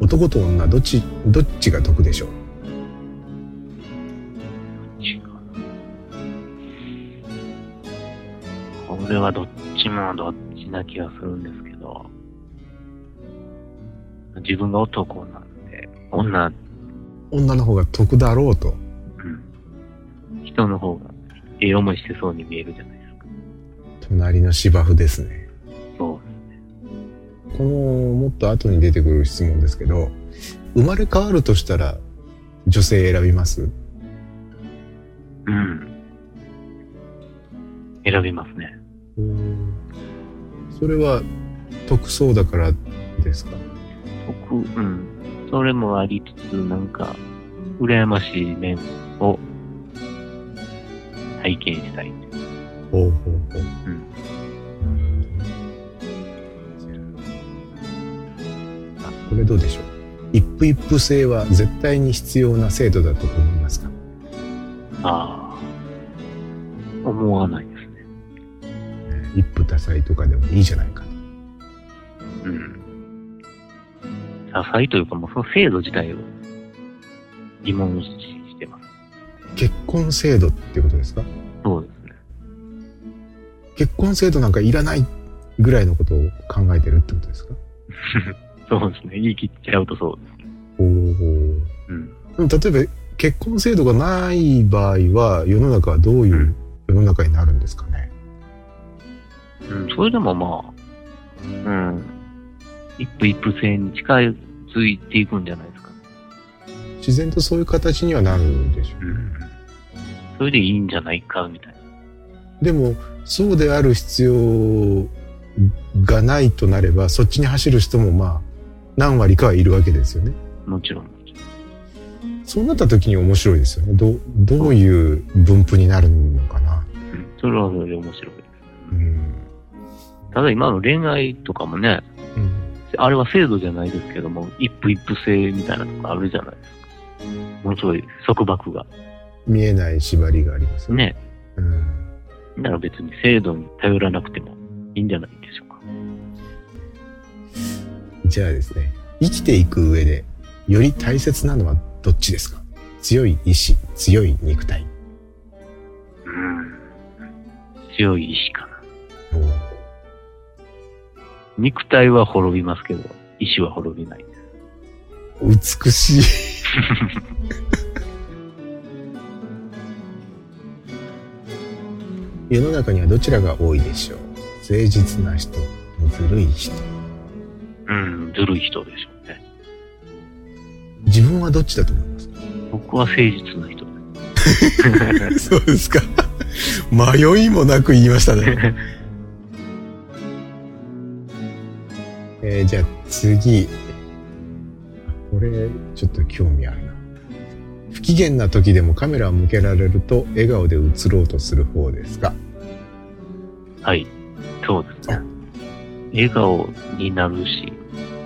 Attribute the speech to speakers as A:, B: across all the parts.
A: 男と女どっちどっちが得でしょう
B: これはどっちもどっちな気がするんですけど、自分が男なんで、女、
A: 女の方が得だろうと
B: うん、人の方がええ思いしてそうに見えるじゃないですか。
A: 隣の芝生ですね
B: そ
A: このもっと後に出てくる質問ですけど生まれ変わるとしたら女性選びます
B: う。うん。選びますね。
A: それは得そうだからですか
B: 僕、うん。それもありつつ、なんか、羨ましい面を体験したい。
A: ほうほうほう。あ、これどうでしょう。一夫一夫制は絶対に必要な制度だと思いますか。
B: ああ。思わないですね。
A: 一夫多妻とかでもいいじゃないかと。
B: うん。多彩というか、もうその制度自体を疑問視してます。
A: 結婚制度ってことですか。
B: そうですね。
A: 結婚制度なんかいらないぐらいのことを考えてるってことですか。
B: そうですね。言い切っちゃうとそうです。
A: おお。
B: うん。
A: でも例えば結婚制度がない場合は世の中はどういう世の中になるんですかね。
B: うん、それでもまあ、うん、一歩一歩制に近づいていくんじゃないですか。
A: 自然とそういう形にはなるんでしょう。
B: うん。それでいいんじゃないか、みたいな。
A: でもそうである必要がないとなればそっちに走る人もまあ何割かはいるわけですよね。
B: もちろん。
A: そうなった時に面白いですよね。どどういう分布になるのかな。
B: うんそれはそれで面白いです。
A: うん
B: ただ今の恋愛とかもね、
A: うん
B: あれは制度じゃないですけども、一歩一歩制みたいなとこあるじゃないですか。ものすごい束縛が。
A: 見えない縛りがありますよ。
B: ね。
A: うん
B: なら別に制度に頼らなくてもいいんじゃないでしょうか。
A: じゃあですね生きていく上でより大切なのはどっちですか強い意志強い肉体
B: うん。強い意志かな。
A: おー
B: 肉体は滅びますけど、意志は滅びない。
A: 美しい世の中にはどちらが多いでしょう誠実な人ずるい人
B: うん、ずるい人でしょうね。
A: 自分はどっちだと思いますか
B: 僕は誠実な人 で
A: そうですか迷いもなく言いましたね、
B: す。
A: えーじゃあ次これちょっと興味あるな不機嫌な時でもカメラを向けられると笑顔で映ろうとする方ですか
B: はい、そうですね。笑顔になるし、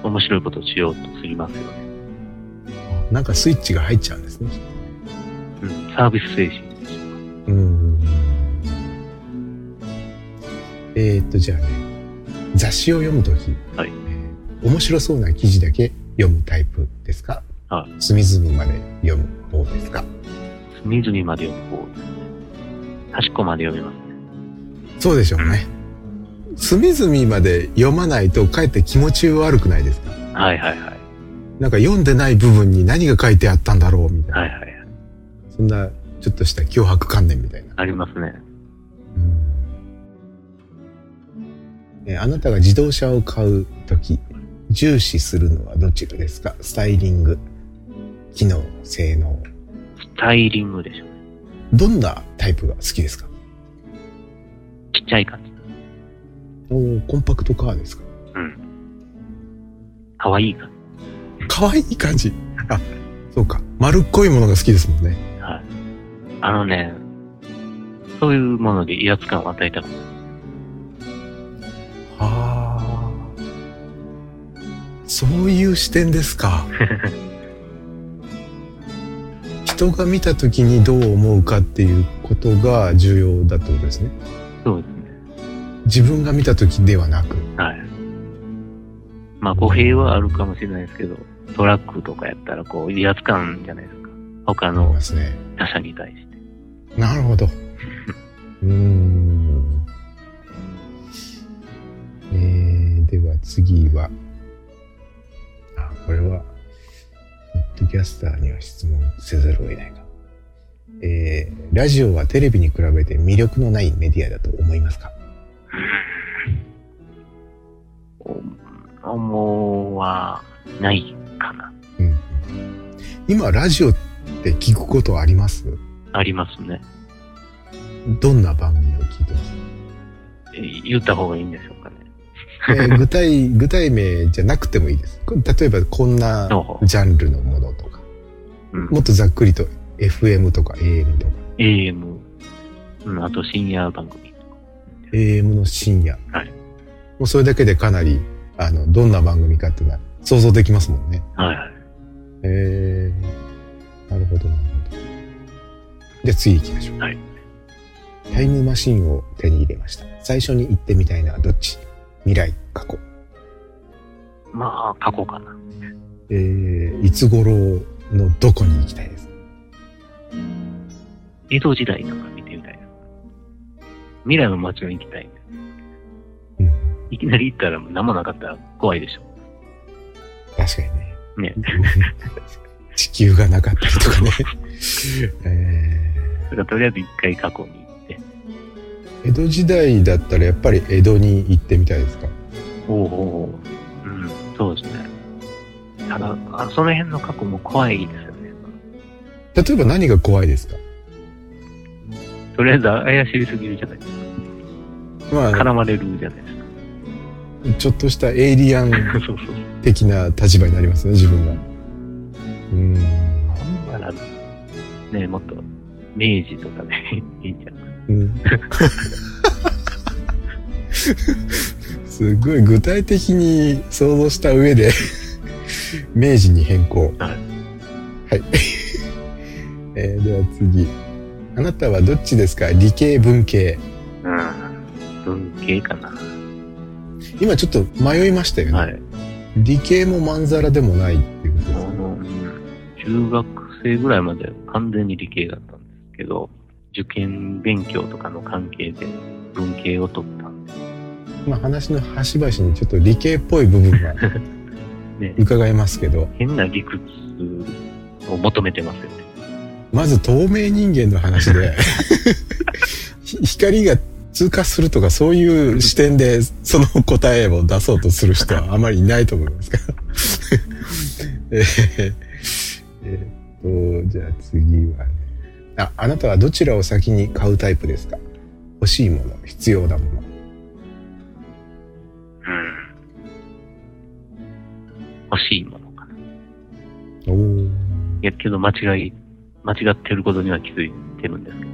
B: 面白いことをしようとすりますよね。
A: なんかスイッチが入っちゃうんですね
B: うん、サービス精神。
A: うんえーっとじゃあね雑誌を読むとき、
B: はい
A: えー面白そうな記事だけ読むタイプですか、
B: は
A: 隅々まで読む方ですか
B: 隅々まで読む方ですね。端っこまで読みますね。
A: そうでしょうね隅々まで読まないとかえって気持ち悪くないですか
B: はいはいはい。
A: なんか読んでない部分に何が書いてあったんだろうみたいな、
B: はいはいはい。
A: そんなちょっとした脅迫観念みたいな、
B: ありますね。
A: えーあなたが自動車を買うとき重視するのはどちらですかスタイリング機能性能
B: スタイリングでしょうね。
A: どんなタイプが好きですか
B: ちっちゃい感じ。
A: おーコンパクトカーですか
B: うん。かわいい感
A: 可愛い感じあそうか丸っこいものが好きですもんね
B: じ。はい。あのね、そういうもので威圧感を与えたくない。
A: あそういう視点ですか人が見た時にどう思うかっていうことが重要だってことですね
B: そうですね。
A: 自分が見た時ではなく
B: はい。まあ、語弊はあるかもしれないですけど、トラックとかやったら、こう、威圧感じゃないですか。他
A: 思い
B: の
A: ますね。
B: 他者に対して。
A: なるほど。うーん。えー、では次は、あ、これは、ポッドキャスターには質問せざるを得ないか。えー、ラジオはテレビに比べて魅力のないメディアだと思いますか
B: お思はないかな。
A: うんうん。今、ラジオって聞くことあります
B: ありますね。
A: どんな番組を聞いてます
B: え言った方がいいんでしょうかね。
A: え ー具体、具体名じゃなくてもいいです。これ例えばこんな
B: どう
A: ジャンルのものとか、
B: うん
A: もっとざっくりと FM とか AM とか、
B: AM、うん、あと深夜番組とか。
A: AM の深夜。
B: はい
A: もうそれだけでかなり、あの、どんな番組かっていうのは想像できますもんね。
B: はいはい。
A: えー、なるほど、なるほど。じゃあ次行きましょう。
B: はい
A: タイムマシンを手に入れました。最初に行ってみたいのはどっち未来、過去。
B: まあ、過去かな。
A: えー、いつ頃のどこに行きたいですか
B: 江戸時代とか見てみたいです。未来の街を行きたいんです。
A: うん
B: いきなり行ったらもう何もなかったら怖いでしょ。
A: 確かに ね。
B: ね。
A: 地球がなかったりとかね。 え
B: だからとりあえず一回過去に行って、
A: ー江戸時代だったらやっぱり江戸に行ってみたいですか
B: おうおうおううん、そうですね。ただ、あその辺の過去も怖いですよね。
A: 例えば何が怖いですか
B: とりあえず怪しすぎるじゃないです
A: ま
B: か。
A: あ、
B: 絡まれるじゃないですか。
A: ちょっとしたエイリアン
B: そうそうそう。
A: 的な立場になりますね、自分が。うーん。
B: だから、ね、もっと、明治とかで いいんじゃない
A: うん すごい具体的に想像した上で明治に変更
B: はい
A: はい、 えーでは次あなたはどっちですか理系文系
B: うん。文系かな。
A: 今ちょっと迷いましたよね、
B: はい。
A: 理系もまんざらでもないっていうこと
B: あ
A: ですね
B: の、うん中学生ぐらいまで完全に理系だったんですけど、受験勉強とかの関係で文系を取ったんで、
A: まあ話の端々にちょっと理系っぽい部分が
B: ね、
A: 伺えますけど
B: 変な理屈を求めてますよね。
A: まず透明人間の話で ひ光が通過するとかそういう視点でその答えを出そうとする人はあまりいないと思いますから えーえーっとじゃあ次はねああなたはどちらを先に買うタイプですか欲しいもの必要なもの
B: 欲しいものかな。い
A: おー
B: や、けど間違い、間違ってることには気づいてるんですけど、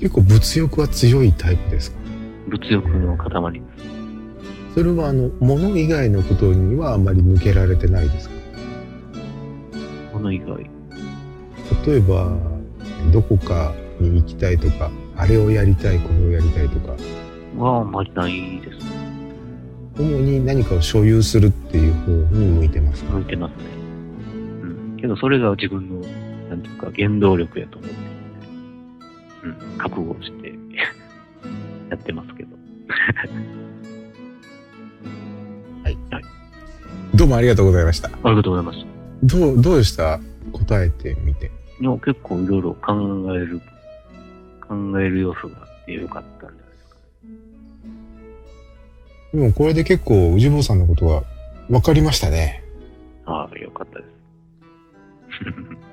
A: 結構物欲は強いタイプですか
B: 物欲の塊。
A: それはあの物以外のことにはあまり向けられてないですか
B: 物以外。
A: 例えばどこかに行きたいとかあれをやりたいこれをやりたいとか
B: はあんまりないですね。
A: 主に何かを所有するっていう方に向いてますか
B: 向いてますね。うん。けどそれが自分の、なんていうか、原動力やと思ってるんで、うん。覚悟をして、 やってますけど。
A: どうもありがとうございました
B: ありがとうございました。
A: どうどうでした答えてみて
B: いや結構いろいろ考える、考える要素があってよかったんじゃないですか。
A: でもこれで結構宇治坊さんのことは分かりましたね
B: ああ、よかったです。